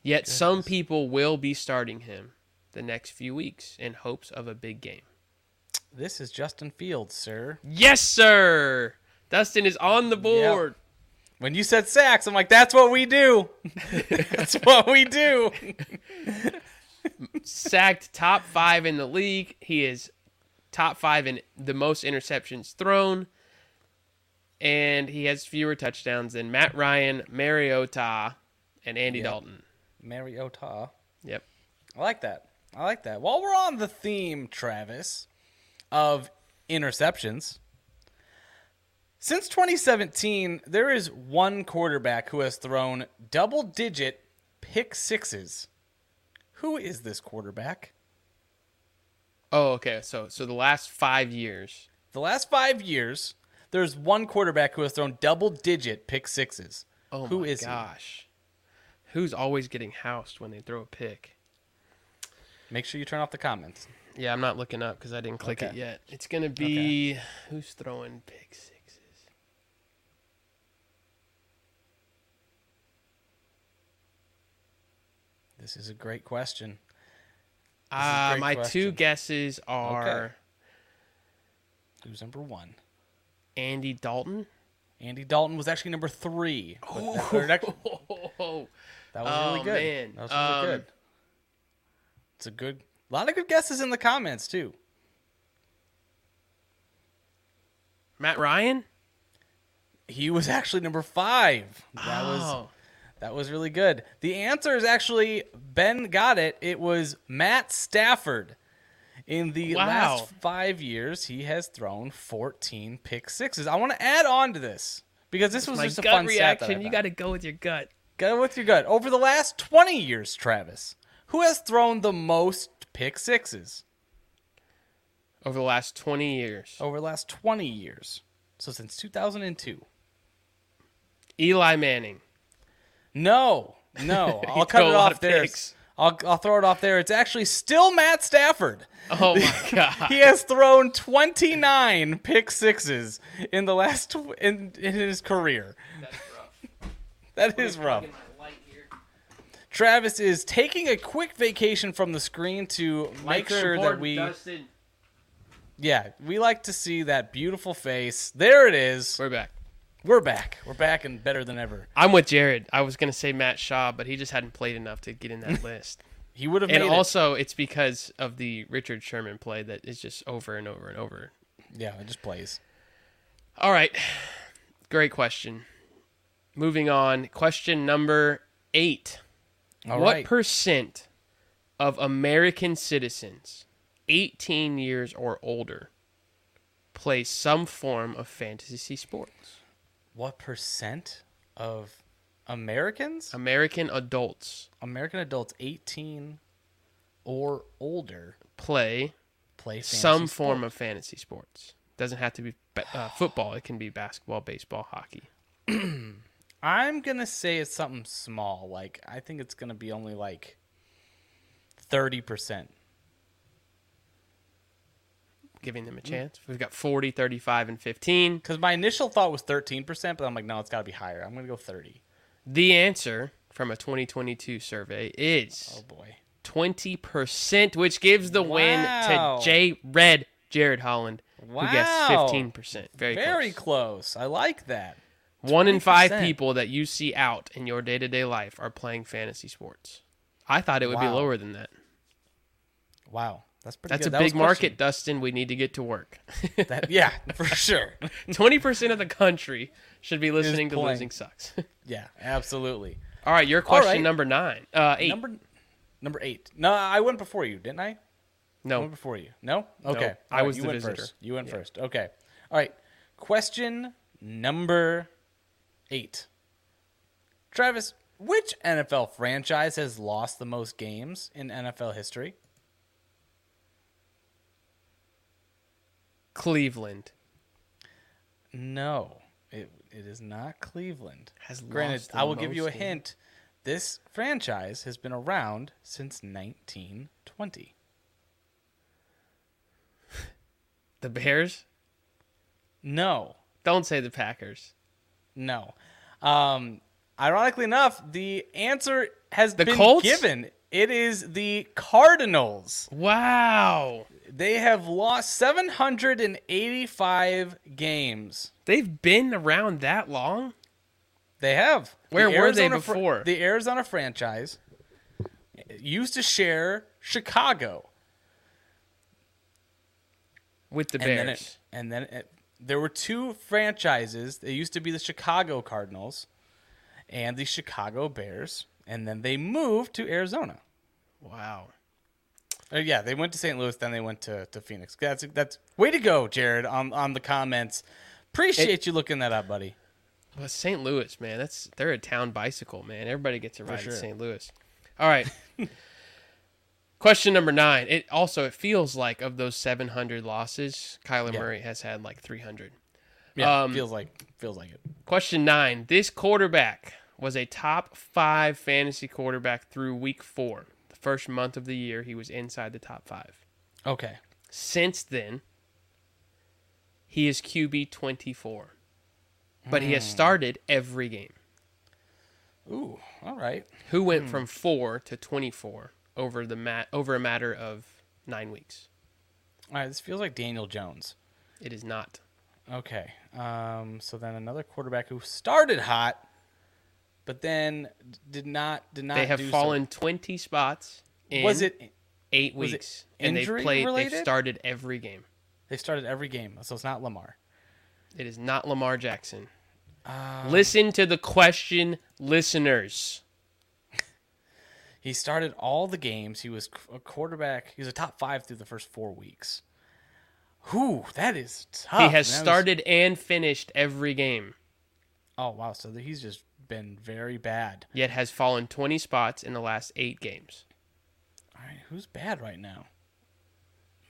Speaker 2: Yet some people will be starting him the next few weeks in hopes of a big game.
Speaker 1: This is Justin Fields, sir.
Speaker 2: Yes, sir. Dustin is on the board.
Speaker 1: When you said sacks, I'm like, that's what we do. that's what we do.
Speaker 2: sacked top five in the league. He is top five in the most interceptions thrown. And he has fewer touchdowns than Matt Ryan, Mariota, and Andy Dalton.
Speaker 1: Mariota.
Speaker 2: Yep.
Speaker 1: I like that. I like that. While we're on the theme, Travis, of interceptions, since 2017, there is one quarterback who has thrown double digit pick sixes. Who is this quarterback?
Speaker 2: Oh, okay. So so the last five years.
Speaker 1: The last five years, there's one quarterback who has thrown double digit pick sixes.
Speaker 2: Oh
Speaker 1: Who
Speaker 2: my
Speaker 1: is he?
Speaker 2: gosh. Who's always getting housed when they throw a pick?
Speaker 1: Make sure you turn off the comments.
Speaker 2: Yeah, I'm not looking up because I didn't click it
Speaker 1: Okay.
Speaker 2: yet. It's gonna be who's throwing pick sixes.
Speaker 1: This is a great question. is a
Speaker 2: Uh,
Speaker 1: great
Speaker 2: my two
Speaker 1: question.
Speaker 2: guesses are
Speaker 1: Okay. Who's number one?
Speaker 2: Andy Dalton.
Speaker 1: Andy Dalton was actually number three. but That, third act-
Speaker 2: Oh,
Speaker 1: that was
Speaker 2: Oh,
Speaker 1: really good.
Speaker 2: man.
Speaker 1: That was really
Speaker 2: Um,
Speaker 1: good. It's a good. A lot of good guesses in the comments too.
Speaker 2: Matt Ryan.
Speaker 1: He was actually number five. That was
Speaker 2: Oh.
Speaker 1: that was really good. The answer is actually Ben got it. It was Matt Stafford. In the
Speaker 2: Wow.
Speaker 1: last five years, he has thrown 14 pick sixes. I want to add on to this because this was
Speaker 2: my
Speaker 1: just a
Speaker 2: gut
Speaker 1: fun stat that I
Speaker 2: reaction. You
Speaker 1: found.
Speaker 2: got to go with your gut.
Speaker 1: Go with your gut. Over the last 20 years, Travis, who has thrown the most pick sixes
Speaker 2: Over the last twenty years,
Speaker 1: over the last 20 years? So since 2002.
Speaker 2: Eli Manning.
Speaker 1: No, no. I'll cut
Speaker 2: throw
Speaker 1: it
Speaker 2: a lot
Speaker 1: off
Speaker 2: of
Speaker 1: there.
Speaker 2: picks.
Speaker 1: I'll, I'll throw it off there. It's actually still Matt Stafford.
Speaker 2: Oh my god.
Speaker 1: He has thrown 29 pick sixes in the last tw- in, in his career. That is rough. Travis is taking a quick vacation from the screen to make sure that we yeah, we like to see that beautiful face. There it is.
Speaker 2: We're back.
Speaker 1: We're back. We're back and better than ever.
Speaker 2: I'm with Jared. I was gonna say Matt Shaw, but he just hadn't played enough to get in that list.
Speaker 1: He would have
Speaker 2: And
Speaker 1: made
Speaker 2: also, it's because of the Richard Sherman play that is just over and over and over.
Speaker 1: it. Yeah, it just plays.
Speaker 2: All right. Great question. Moving on. Question number eight.
Speaker 1: All
Speaker 2: what
Speaker 1: right.
Speaker 2: percent of American citizens 18 years or older play some form of fantasy sports?
Speaker 1: what percent of
Speaker 2: Um,
Speaker 1: Americans,
Speaker 2: American adults
Speaker 1: American adults 18 or older,
Speaker 2: play
Speaker 1: play fantasy
Speaker 2: some form of fantasy sports. Doesn't have to be ba- uh, football, it can be basketball, baseball, hockey.
Speaker 1: I'm gonna say it's something small. Like I think it's gonna be only like thirty percent.
Speaker 2: Giving them a chance. We've got 40, 35, and 15.
Speaker 1: Because my initial thought was thirteen percent, but I'm like, no, it's gotta be higher. I'm gonna go thirty.
Speaker 2: The answer from a 2022 survey
Speaker 1: Oh
Speaker 2: is
Speaker 1: boy.
Speaker 2: 20%, which gives the
Speaker 1: Wow.
Speaker 2: win to J Red Jared Holland, who guessed
Speaker 1: Wow.
Speaker 2: 15%. Very,
Speaker 1: Very
Speaker 2: close.
Speaker 1: close. I like that.
Speaker 2: One in five
Speaker 1: 20%.
Speaker 2: people that you see out in your day to day life are playing fantasy sports. I thought it would be
Speaker 1: Wow.
Speaker 2: lower than that.
Speaker 1: Wow. That's pretty
Speaker 2: That's
Speaker 1: good.
Speaker 2: a
Speaker 1: That was
Speaker 2: big market,
Speaker 1: question-
Speaker 2: Dustin. We need to get to work.
Speaker 1: That, yeah, for sure.
Speaker 2: 20% of the country should be listening to
Speaker 1: playing.
Speaker 2: Losing Sucks.
Speaker 1: Yeah, absolutely.
Speaker 2: All right, your question
Speaker 1: right.
Speaker 2: number nine. Uh, eight.
Speaker 1: Number number eight. No, I went before you, didn't I? I went
Speaker 2: Oh. no.
Speaker 1: before you. No? Okay.
Speaker 2: I
Speaker 1: All
Speaker 2: was
Speaker 1: you
Speaker 2: the
Speaker 1: went
Speaker 2: visitor.
Speaker 1: first. You went
Speaker 2: Yeah.
Speaker 1: first. Okay. All right. Question number eight. Travis, which NFL franchise has lost the most games in NFL history?
Speaker 2: Cleveland
Speaker 1: No, it, it is not Cleveland.
Speaker 2: has
Speaker 1: Granted,
Speaker 2: lost the
Speaker 1: I will give you a
Speaker 2: most games.
Speaker 1: hint. This franchise has been around since 1920.
Speaker 2: The Bears?
Speaker 1: No,
Speaker 2: Don't say the Packers.
Speaker 1: No. Um, ironically enough, the answer has
Speaker 2: The
Speaker 1: been
Speaker 2: Colts?
Speaker 1: given. It is the Cardinals.
Speaker 2: Wow.
Speaker 1: They have lost 785 games.
Speaker 2: They've been around that long?
Speaker 1: They have. The
Speaker 2: Where were they
Speaker 1: Arizona fr-
Speaker 2: before?
Speaker 1: the Arizona franchise used to share Chicago.
Speaker 2: With the
Speaker 1: And
Speaker 2: Bears.
Speaker 1: then, it, and then it, there were two franchises. They used to be the Chicago Cardinals and the Chicago Bears. And then they moved to Arizona.
Speaker 2: wow.
Speaker 1: Uh, yeah, they went to St. Louis, then they went to, to Phoenix. That's that's way to go, Jared. On on the comments, appreciate you looking that up, buddy.
Speaker 2: Well, St. Louis, man, that's they're a town bicycle, man. Everybody gets a ride
Speaker 1: sure.
Speaker 2: in St. Louis. All right. Question number nine. It also it feels like of those seven hundred losses, Kyler
Speaker 1: Yeah.
Speaker 2: Murray has had like three hundred.
Speaker 1: Yeah,
Speaker 2: Um,
Speaker 1: feels like feels like it.
Speaker 2: Question nine. This quarterback was a top five fantasy quarterback through week four. The first month of the year, he was inside the top five.
Speaker 1: Okay,
Speaker 2: Since then, he is
Speaker 1: Hmm.
Speaker 2: QB 24, but he has started every game.
Speaker 1: Ooh, all right.
Speaker 2: who
Speaker 1: Hmm.
Speaker 2: went from four to 24 over the mat over a matter of nine weeks.
Speaker 1: All right, this feels like Daniel Jones.
Speaker 2: It is not.
Speaker 1: Okay. Um, so then another quarterback who started hot, but then d- did not did not.
Speaker 2: They have
Speaker 1: do so-
Speaker 2: fallen 20 spots in
Speaker 1: Was it?
Speaker 2: eight
Speaker 1: was it
Speaker 2: weeks, and they've
Speaker 1: injury
Speaker 2: played.
Speaker 1: related?
Speaker 2: They've started every game.
Speaker 1: They started every game, so it's not Lamar.
Speaker 2: It is not Lamar Jackson. Uh,
Speaker 1: Oh.
Speaker 2: Listen to the question, listeners.
Speaker 1: He started all the games. He was a quarterback. He was a top five through the first four weeks. Who that is tough.
Speaker 2: he
Speaker 1: man.
Speaker 2: has
Speaker 1: Oh, That was-
Speaker 2: started and finished every game,
Speaker 1: oh wow! So he's just been very bad.
Speaker 2: yet has fallen 20 spots in the last eight games.
Speaker 1: All right, who's bad right now?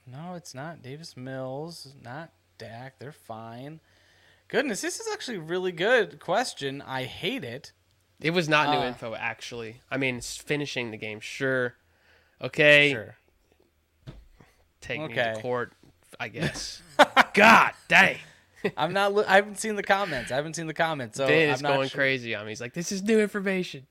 Speaker 1: No, it's not Davis Mills, not Dak. They're fine. Goodness, this is actually a really good question. I hate it.
Speaker 2: It was not new
Speaker 1: Ah.
Speaker 2: info, actually. I mean, it's finishing the game, sure. Okay,
Speaker 1: Sure.
Speaker 2: take me
Speaker 1: Okay.
Speaker 2: to court, I guess. God dang.
Speaker 1: I'm not. Li- I haven't seen the comments. I haven't seen the comments. So
Speaker 2: Ben
Speaker 1: I'm
Speaker 2: is
Speaker 1: not
Speaker 2: going
Speaker 1: sure.
Speaker 2: crazy on me. He's like, this is new information.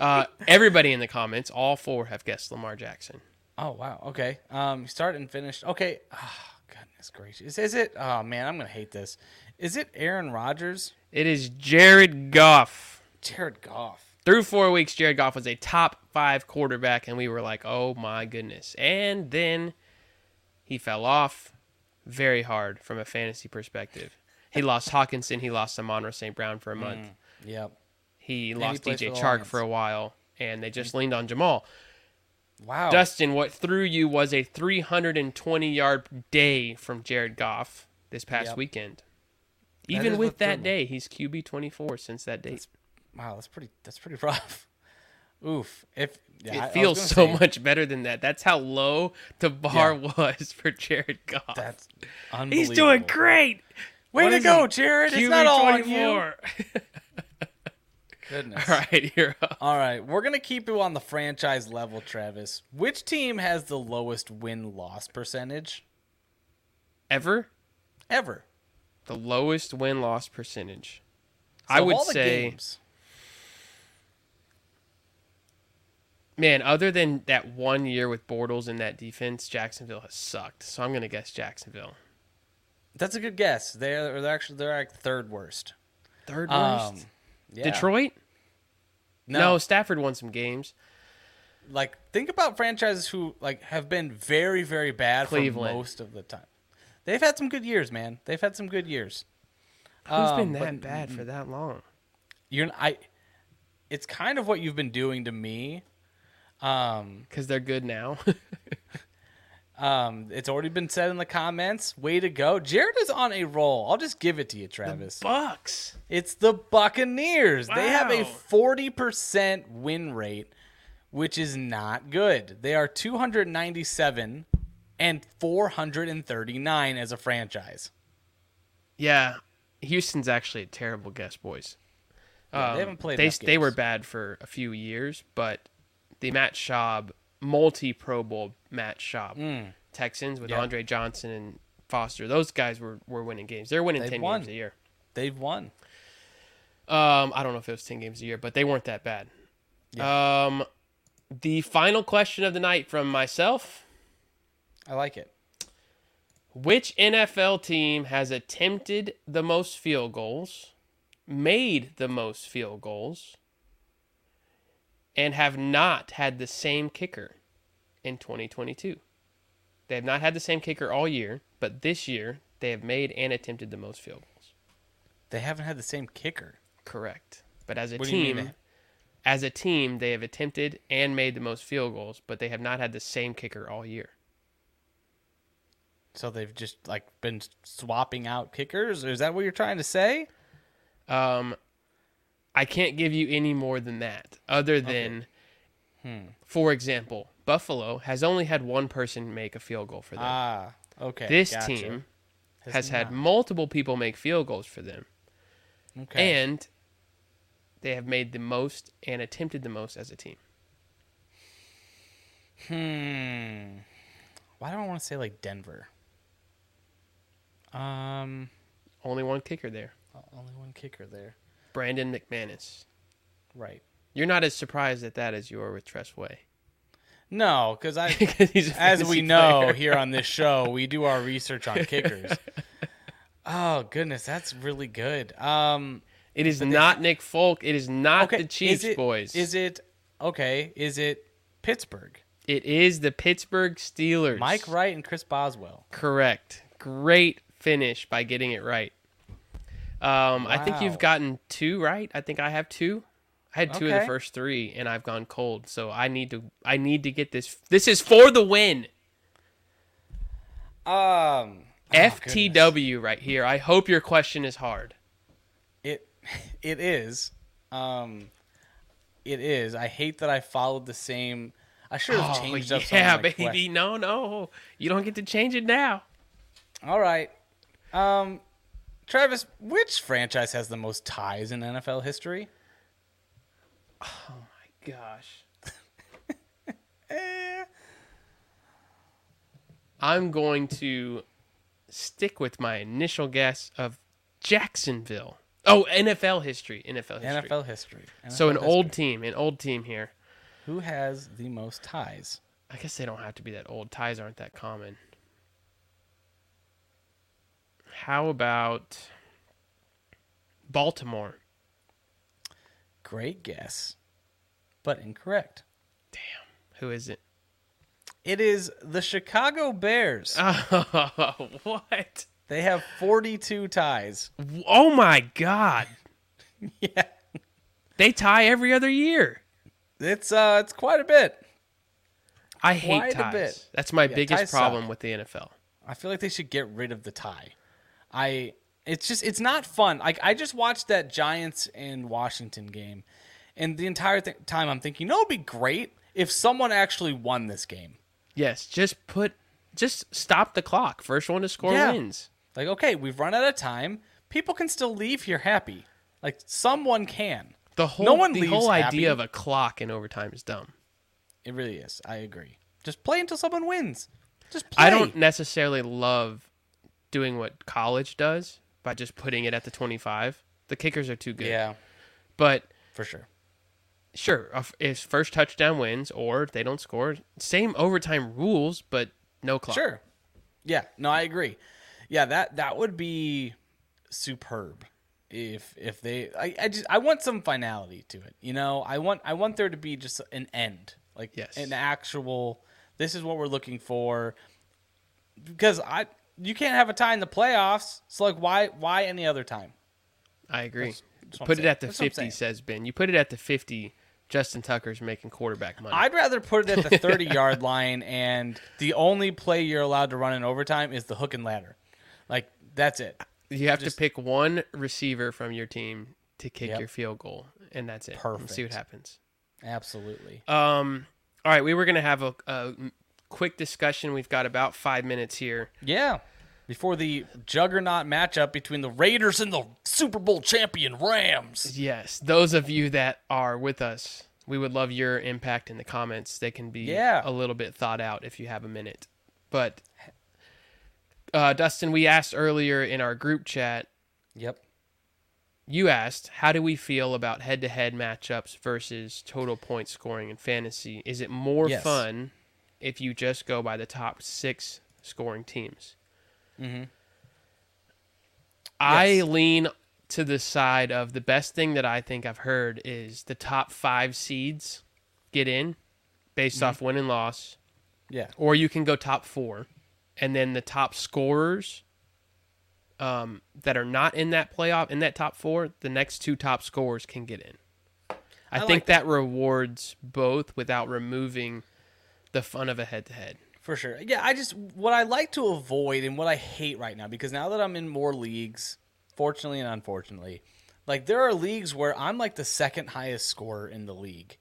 Speaker 2: uh, everybody in the comments, all four have guessed Lamar Jackson.
Speaker 1: Oh wow. Okay. Um, start and finish. Okay. Oh, goodness gracious. Is, is it? Oh man, I'm gonna hate this. Is it Aaron Rodgers?
Speaker 2: It is Jared Goff.
Speaker 1: Jared Goff.
Speaker 2: Through four weeks, Jared Goff was a top five quarterback, and we were like, oh my goodness. And then he fell off very hard from a fantasy perspective. He lost Hawkinson, he lost Amonra St. Brown
Speaker 1: Mm.
Speaker 2: for a month.
Speaker 1: Yep.
Speaker 2: He lost
Speaker 1: plays
Speaker 2: DJ
Speaker 1: for the
Speaker 2: Chark
Speaker 1: Lions. Mm. Oh.
Speaker 2: for a while, and they just leaned on Jamal.
Speaker 1: Wow.
Speaker 2: Dustin, what threw you was a 320 yard day from Jared Goff this past
Speaker 1: Yep.
Speaker 2: weekend.
Speaker 1: is
Speaker 2: Even
Speaker 1: what
Speaker 2: with
Speaker 1: threw
Speaker 2: that
Speaker 1: me.
Speaker 2: day, he's QB 24 since that date.
Speaker 1: wow. That's pretty. That's pretty rough. Oof. If yeah, I- I
Speaker 2: it
Speaker 1: was
Speaker 2: feels
Speaker 1: gonna
Speaker 2: so
Speaker 1: say
Speaker 2: much better than that. That's how low the bar was for Jared Goff.
Speaker 1: That's unbelievable.
Speaker 2: he's doing great.
Speaker 1: Way
Speaker 2: What
Speaker 1: to
Speaker 2: is
Speaker 1: go,
Speaker 2: it? E
Speaker 1: Jared.
Speaker 2: QB
Speaker 1: It's not all on you.
Speaker 2: 24.
Speaker 1: Goodness.
Speaker 2: all right, you're up.
Speaker 1: All right, we're gonna keep you on the franchise level, Travis. Which team has the lowest win loss percentage
Speaker 2: Ever
Speaker 1: ever?
Speaker 2: the lowest win loss percentage.
Speaker 1: So
Speaker 2: I
Speaker 1: of
Speaker 2: would
Speaker 1: all the
Speaker 2: say.
Speaker 1: games-
Speaker 2: Man, other than that one year with Bortles in that defense, Jacksonville has sucked. So I'm gonna guess Jacksonville.
Speaker 1: that's a good guess. They're they're actually they're like third worst.
Speaker 2: Third worst.
Speaker 1: Um, yeah.
Speaker 2: Detroit?
Speaker 1: No,
Speaker 2: No. Stafford won some games.
Speaker 1: like think about franchises who like have been very very bad
Speaker 2: Cleveland.
Speaker 1: for most of the time. They've had some good years, man. They've had some good years.
Speaker 2: Who's
Speaker 1: Um,
Speaker 2: been
Speaker 1: but-
Speaker 2: that bad for that long?
Speaker 1: You're I. It's kind of what you've been doing to me. Um,
Speaker 2: Because they're good now.
Speaker 1: Um, it's already been said in the comments. Way to go. Jared is on a roll. I'll just give it to you, Travis.
Speaker 2: Bucks.
Speaker 1: it's the Buccaneers. They have a
Speaker 2: Wow.
Speaker 1: 40% win rate, which is not good. They are 297 and 439 as a franchise.
Speaker 2: Yeah, Houston's actually a terrible guess, boys.
Speaker 1: Yeah,
Speaker 2: Um,
Speaker 1: they haven't played
Speaker 2: They
Speaker 1: enough
Speaker 2: they were
Speaker 1: games.
Speaker 2: bad for a few years, but the Matt Schaub multi Pro Bowl Matt Schaub Texans with
Speaker 1: Hmm. Yeah.
Speaker 2: Andre Johnson and Foster, those guys were, were winning games. They're winning
Speaker 1: They've
Speaker 2: ten
Speaker 1: won.
Speaker 2: games a year.
Speaker 1: They've won.
Speaker 2: Um, I don't know if it was ten games a year, but they weren't that bad. Um, the final question of the night from myself:
Speaker 1: I like it.
Speaker 2: Which NFL team has attempted the most field goals, made the most field goals, and have not had the same kicker in 2022? They have not had the same kicker all year, but this year they have made and attempted the most field goals.
Speaker 1: They haven't had the same kicker.
Speaker 2: Correct. But as a
Speaker 1: What do you mean
Speaker 2: team,
Speaker 1: they-
Speaker 2: as a team, they have attempted and made the most field goals, but they have not had the same kicker all year.
Speaker 1: So they've just like been swapping out kickers? Is that what you're trying to say?
Speaker 2: Um, I can't give you any more than that, other than,
Speaker 1: Hmm.
Speaker 2: for example, Buffalo has only had one person make a field goal for them.
Speaker 1: Ah, okay.
Speaker 2: this
Speaker 1: gotcha.
Speaker 2: team has
Speaker 1: not.
Speaker 2: had multiple people make field goals for them,
Speaker 1: Okay.
Speaker 2: and they have made the most and attempted the most as a team.
Speaker 1: Hmm. Why do I want to say like Denver? Um,
Speaker 2: Only one kicker there,
Speaker 1: only one kicker there.
Speaker 2: Brandon McManus.
Speaker 1: Right.
Speaker 2: You're not as surprised at that as you are with Tressway.
Speaker 1: No, because I,
Speaker 2: He's a
Speaker 1: as we
Speaker 2: fantasy
Speaker 1: know
Speaker 2: player.
Speaker 1: here on this show, we do our research on kickers. oh goodness, that's really good. Um,
Speaker 2: it is not Nick Folk. It is not
Speaker 1: okay,
Speaker 2: the
Speaker 1: is
Speaker 2: Chiefs
Speaker 1: it,
Speaker 2: boys.
Speaker 1: Is it okay? Is it Pittsburgh?
Speaker 2: it is the Pittsburgh Steelers.
Speaker 1: Mike Wright and Chris Boswell.
Speaker 2: Correct. Great finish by getting it right. Um, I think
Speaker 1: Wow.
Speaker 2: you've gotten two right. I think I have two. I had two of
Speaker 1: Okay.
Speaker 2: the first three, and I've gone cold. So I need to. I need to get this. This is for the win.
Speaker 1: Um,
Speaker 2: FTW right here. I hope your question is hard.
Speaker 1: it it is. Um, it is. I hate that I followed the same. I should have changed up. some of
Speaker 2: Oh, yeah,
Speaker 1: my
Speaker 2: baby.
Speaker 1: questions.
Speaker 2: No, no, you don't get to change it now.
Speaker 1: All right. Um, Travis, which franchise has the most ties in NFL history?
Speaker 2: Gosh,
Speaker 1: Eh,
Speaker 2: I'm going to stick with my initial guess of Jacksonville. Oh, NFL history. NFL history.
Speaker 1: NFL history. NFL
Speaker 2: So an
Speaker 1: history.
Speaker 2: old team, an old team here.
Speaker 1: Who has the most ties?
Speaker 2: I guess they don't have to be that old. Ties aren't that common. How about Baltimore?
Speaker 1: Great guess, but incorrect.
Speaker 2: Damn, who is it?
Speaker 1: It is the Chicago
Speaker 2: Uh,
Speaker 1: Bears.
Speaker 2: Oh, what?
Speaker 1: They have 42 ties.
Speaker 2: Oh my god.
Speaker 1: Yeah.
Speaker 2: They tie every other year.
Speaker 1: It's uh it's quite a bit.
Speaker 2: I hate
Speaker 1: Quite a
Speaker 2: ties.
Speaker 1: bit.
Speaker 2: That's my
Speaker 1: ties
Speaker 2: biggest problem
Speaker 1: suck.
Speaker 2: with the NFL.
Speaker 1: I feel like they should get rid of the tie. I it's just it's not fun. Like I just watched that Giants and Washington game, and the entire th- time I'm thinking, no, it'd be great if someone actually won this game.
Speaker 2: Yes, just put just stop the clock. First one to score
Speaker 1: Yeah.
Speaker 2: wins.
Speaker 1: Like, okay, we've run out of time. People can still leave here happy. Like someone can.
Speaker 2: The whole
Speaker 1: no one
Speaker 2: the
Speaker 1: leaves
Speaker 2: whole idea
Speaker 1: happy.
Speaker 2: of a clock in overtime is dumb.
Speaker 1: It really is. I agree. Just play until someone wins. Just play.
Speaker 2: I don't necessarily love doing what college does by just putting it at the 25. The kickers are too good.
Speaker 1: Yeah,
Speaker 2: But
Speaker 1: for sure.
Speaker 2: sure, if- if first touchdown wins or if they don't score, same overtime rules, but no clock.
Speaker 1: Sure. Yeah. No, I agree. Yeah that that would be superb if if they. I, I just I want some finality to it. You know, I want I want there to be just an end, like
Speaker 2: Yes.
Speaker 1: an actual. This is what we're looking for, because I you can't have a tie in the playoffs. So like, why why any other time?
Speaker 2: I agree.
Speaker 1: that's what I'm
Speaker 2: put it
Speaker 1: saying.
Speaker 2: at the
Speaker 1: That's what I'm
Speaker 2: 50,
Speaker 1: saying.
Speaker 2: says Ben. You put it at the 50, Justin Tucker's making quarterback money.
Speaker 1: I'd rather put it at the 30 yard line, and the only play you're allowed to run in overtime is the hook and ladder. Like, that's it.
Speaker 2: you have
Speaker 1: just-
Speaker 2: to pick one receiver from your team to kick
Speaker 1: Yep.
Speaker 2: your field goal, and that's it. And see
Speaker 1: Perfect.
Speaker 2: what happens.
Speaker 1: Absolutely.
Speaker 2: Um, all right, we were gonna have a, a quick discussion. We've got about five minutes here.
Speaker 1: Yeah. Before the juggernaut matchup between the Raiders and the Super Bowl champion Rams.
Speaker 2: Yes, those of you that are with us, we would love your impact in the comments. They can be
Speaker 1: Yeah.
Speaker 2: a little bit thought out if you have a minute. But uh, Dustin, we asked earlier in our group chat.
Speaker 1: Yep.
Speaker 2: You asked, how do we feel about head-to-head matchups versus total point scoring in fantasy? Is it more
Speaker 1: Yes.
Speaker 2: fun if you just go by the top six scoring teams? I
Speaker 1: Mm-hmm. Yes.
Speaker 2: lean to the side of the best thing that I think I've heard is the top five seeds get in
Speaker 1: Mm-hmm.
Speaker 2: based off win and loss,
Speaker 1: Yeah.
Speaker 2: or you can go top four, and then the top scorers um, that are not in that playoff in that top four, the next two top scorers can get in. I,
Speaker 1: I
Speaker 2: think
Speaker 1: like
Speaker 2: that rewards both without removing the fun of a head to head.
Speaker 1: For sure. Yeah, I just what I like to avoid and what I hate right now because now that I'm in more leagues, fortunately and unfortunately, like there are leagues where I'm like the second highest scorer in the league,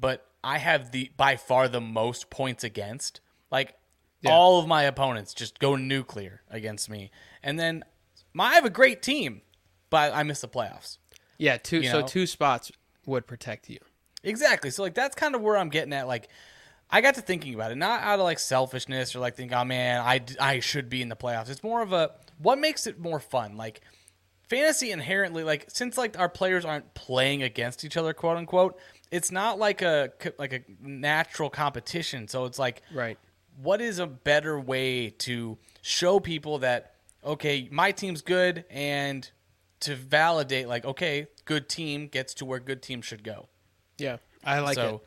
Speaker 1: but I have the by far the most points against. Like all of my opponents just go nuclear against me. And then my, I have a great team, but I miss the playoffs.
Speaker 2: Yeah, two
Speaker 1: You
Speaker 2: so
Speaker 1: know?
Speaker 2: two spots would protect you.
Speaker 1: Exactly. So like that's kind of where I'm getting at. Like I got to thinking about it, not out of like selfishness or like think, oh man, I I should be in the playoffs. It's more of a what makes it more fun. Like fantasy inherently like since like our players aren't playing against each other, quote unquote. It's not like a co- like a natural competition. So it's like
Speaker 2: Right.
Speaker 1: what is a better way to show people that okay my team's good and to validate like okay good team gets to where good team should go
Speaker 2: Yeah. I like
Speaker 1: So-
Speaker 2: it.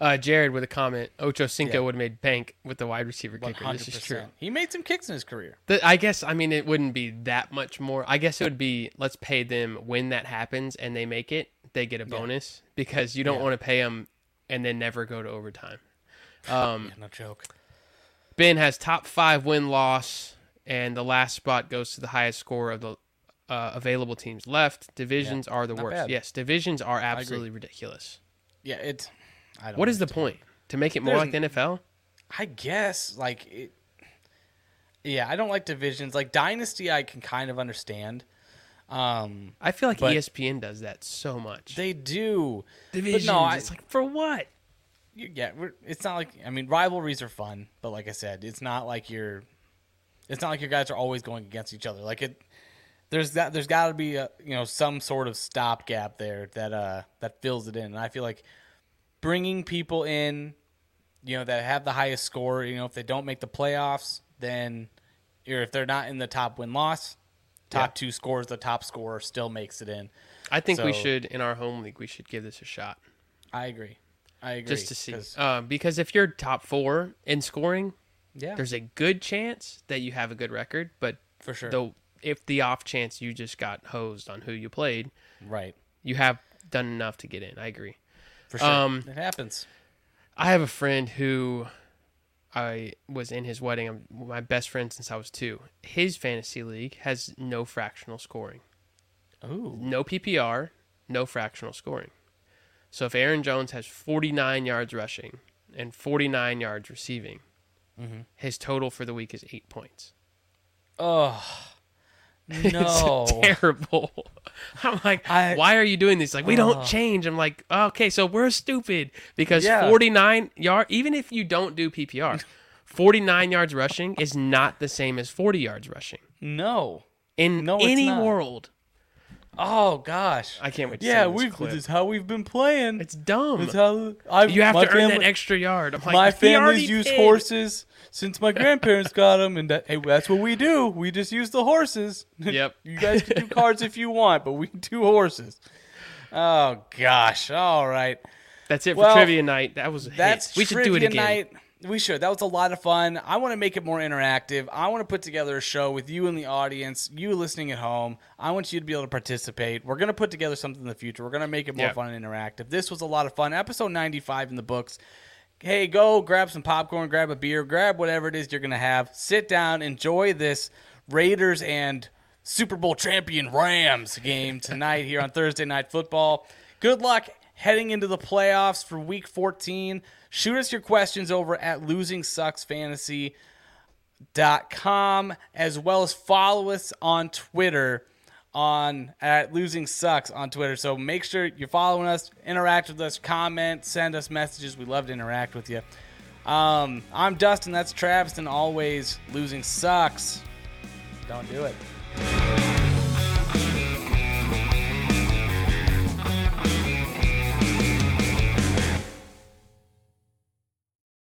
Speaker 2: Uh, Jared with a comment. Ocho Cinco
Speaker 1: Yeah.
Speaker 2: would have made bank with the wide receiver kicker.
Speaker 1: 100%
Speaker 2: This is true.
Speaker 1: he made some kicks in his career
Speaker 2: The- I guess I mean it wouldn't be that much more. I guess it would be let's pay them when that happens and they make it, they get a bonus because you don't want to pay them and then never go to overtime. Um,
Speaker 1: yeah, no joke
Speaker 2: Ben has top five win loss, and the last spot goes to the highest score of the uh, available teams left. Divisions are the worst.
Speaker 1: bad.
Speaker 2: Yes, divisions are absolutely ridiculous.
Speaker 1: yeah it i don't
Speaker 2: What is the point to make it more
Speaker 1: There's
Speaker 2: like the NFL?
Speaker 1: i guess like it yeah i don't like divisions like dynasty i can kind of understand um
Speaker 2: I feel like E
Speaker 1: But-
Speaker 2: ESPN does that so much.
Speaker 1: they do
Speaker 2: divisions,
Speaker 1: but no I,
Speaker 2: it's like for what?
Speaker 1: you- yeah, we're, it's not like I mean rivalries are fun, but like I said, it's not like you're, it's not like your guys are always going against each other. Like it, there's that there's got to be a, you know some sort of stopgap there that uh that fills it in, and I feel like bringing people in, you know that have the highest score, you know if they don't make the playoffs, then or if they're not in the top win loss, top two scores, the top scorer still makes it in.
Speaker 2: I think we
Speaker 1: So-
Speaker 2: should in our home league we should give this a shot
Speaker 1: I agree. I agree.
Speaker 2: just to see
Speaker 1: 'cause-
Speaker 2: uh, because if you're top four in scoring,
Speaker 1: Yeah,
Speaker 2: there's a good chance that you have a good record, but
Speaker 1: For sure.
Speaker 2: though if the off chance you just got hosed on who you played,
Speaker 1: right.
Speaker 2: you have done enough to get in. I agree.
Speaker 1: For sure,
Speaker 2: Um,
Speaker 1: it happens.
Speaker 2: I have a friend who I was in his wedding. I'm my best friend since I was two. His fantasy league has no fractional scoring,
Speaker 1: Ooh.
Speaker 2: no PPR, no fractional scoring. So if Aaron Jones has 49 yards rushing and 49 yards receiving,
Speaker 1: Mm-hmm.
Speaker 2: his total for the week is eight points.
Speaker 1: Oh no!
Speaker 2: It's terrible. I'm like,
Speaker 1: I- Uh.
Speaker 2: why are you doing this? Like, we don't change. I'm like, okay, so we're stupid because
Speaker 1: Yeah.
Speaker 2: 49 yard, even if you don't do PPR, 49 yards rushing is not the same as 40 yards rushing
Speaker 1: no!
Speaker 2: in
Speaker 1: No, it's
Speaker 2: any
Speaker 1: not.
Speaker 2: world.
Speaker 1: Oh gosh!
Speaker 2: I can't wait. To
Speaker 1: yeah,
Speaker 2: send this
Speaker 1: we've.
Speaker 2: clip.
Speaker 1: This is how we've been playing.
Speaker 2: It's dumb.
Speaker 1: It's how I've,
Speaker 2: you have to
Speaker 1: my
Speaker 2: earn
Speaker 1: family,
Speaker 2: that extra yard. I'm like,
Speaker 1: My
Speaker 2: "We already
Speaker 1: family's used
Speaker 2: did."
Speaker 1: horses since my grandparents got them, and that, hey, that's what we do. We just use the horses.
Speaker 2: Yep.
Speaker 1: you guys can do cards if you want, but we do horses. Oh gosh! All right.
Speaker 2: That's it for
Speaker 1: Well,
Speaker 2: trivia night. That was a hit.
Speaker 1: That's
Speaker 2: We should do it
Speaker 1: trivia
Speaker 2: again.
Speaker 1: Night. We should. That was a lot of fun. I want to make it more interactive. I want to put together a show with you in the audience, you listening at home. I want you to be able to participate. We're going to put together something in the future. We're going to make it more
Speaker 2: Yeah.
Speaker 1: fun and interactive. This was a lot of fun. Episode 95 in the books. Hey, go grab some popcorn, grab a beer, grab whatever it is you're going to have. Sit down, enjoy this Raiders and Super Bowl champion Rams game tonight here on Thursday Night Football. Good luck heading into the playoffs for week 14. Shoot us your questions over at losing sucks fantasy com as well as follow us on Twitter on at losing sucks on Twitter. So make sure you're following us, interact with us, comment, send us messages. We love to interact with you. Um, I'm Dustin, that's Travis, and always losing sucks. Don't do it.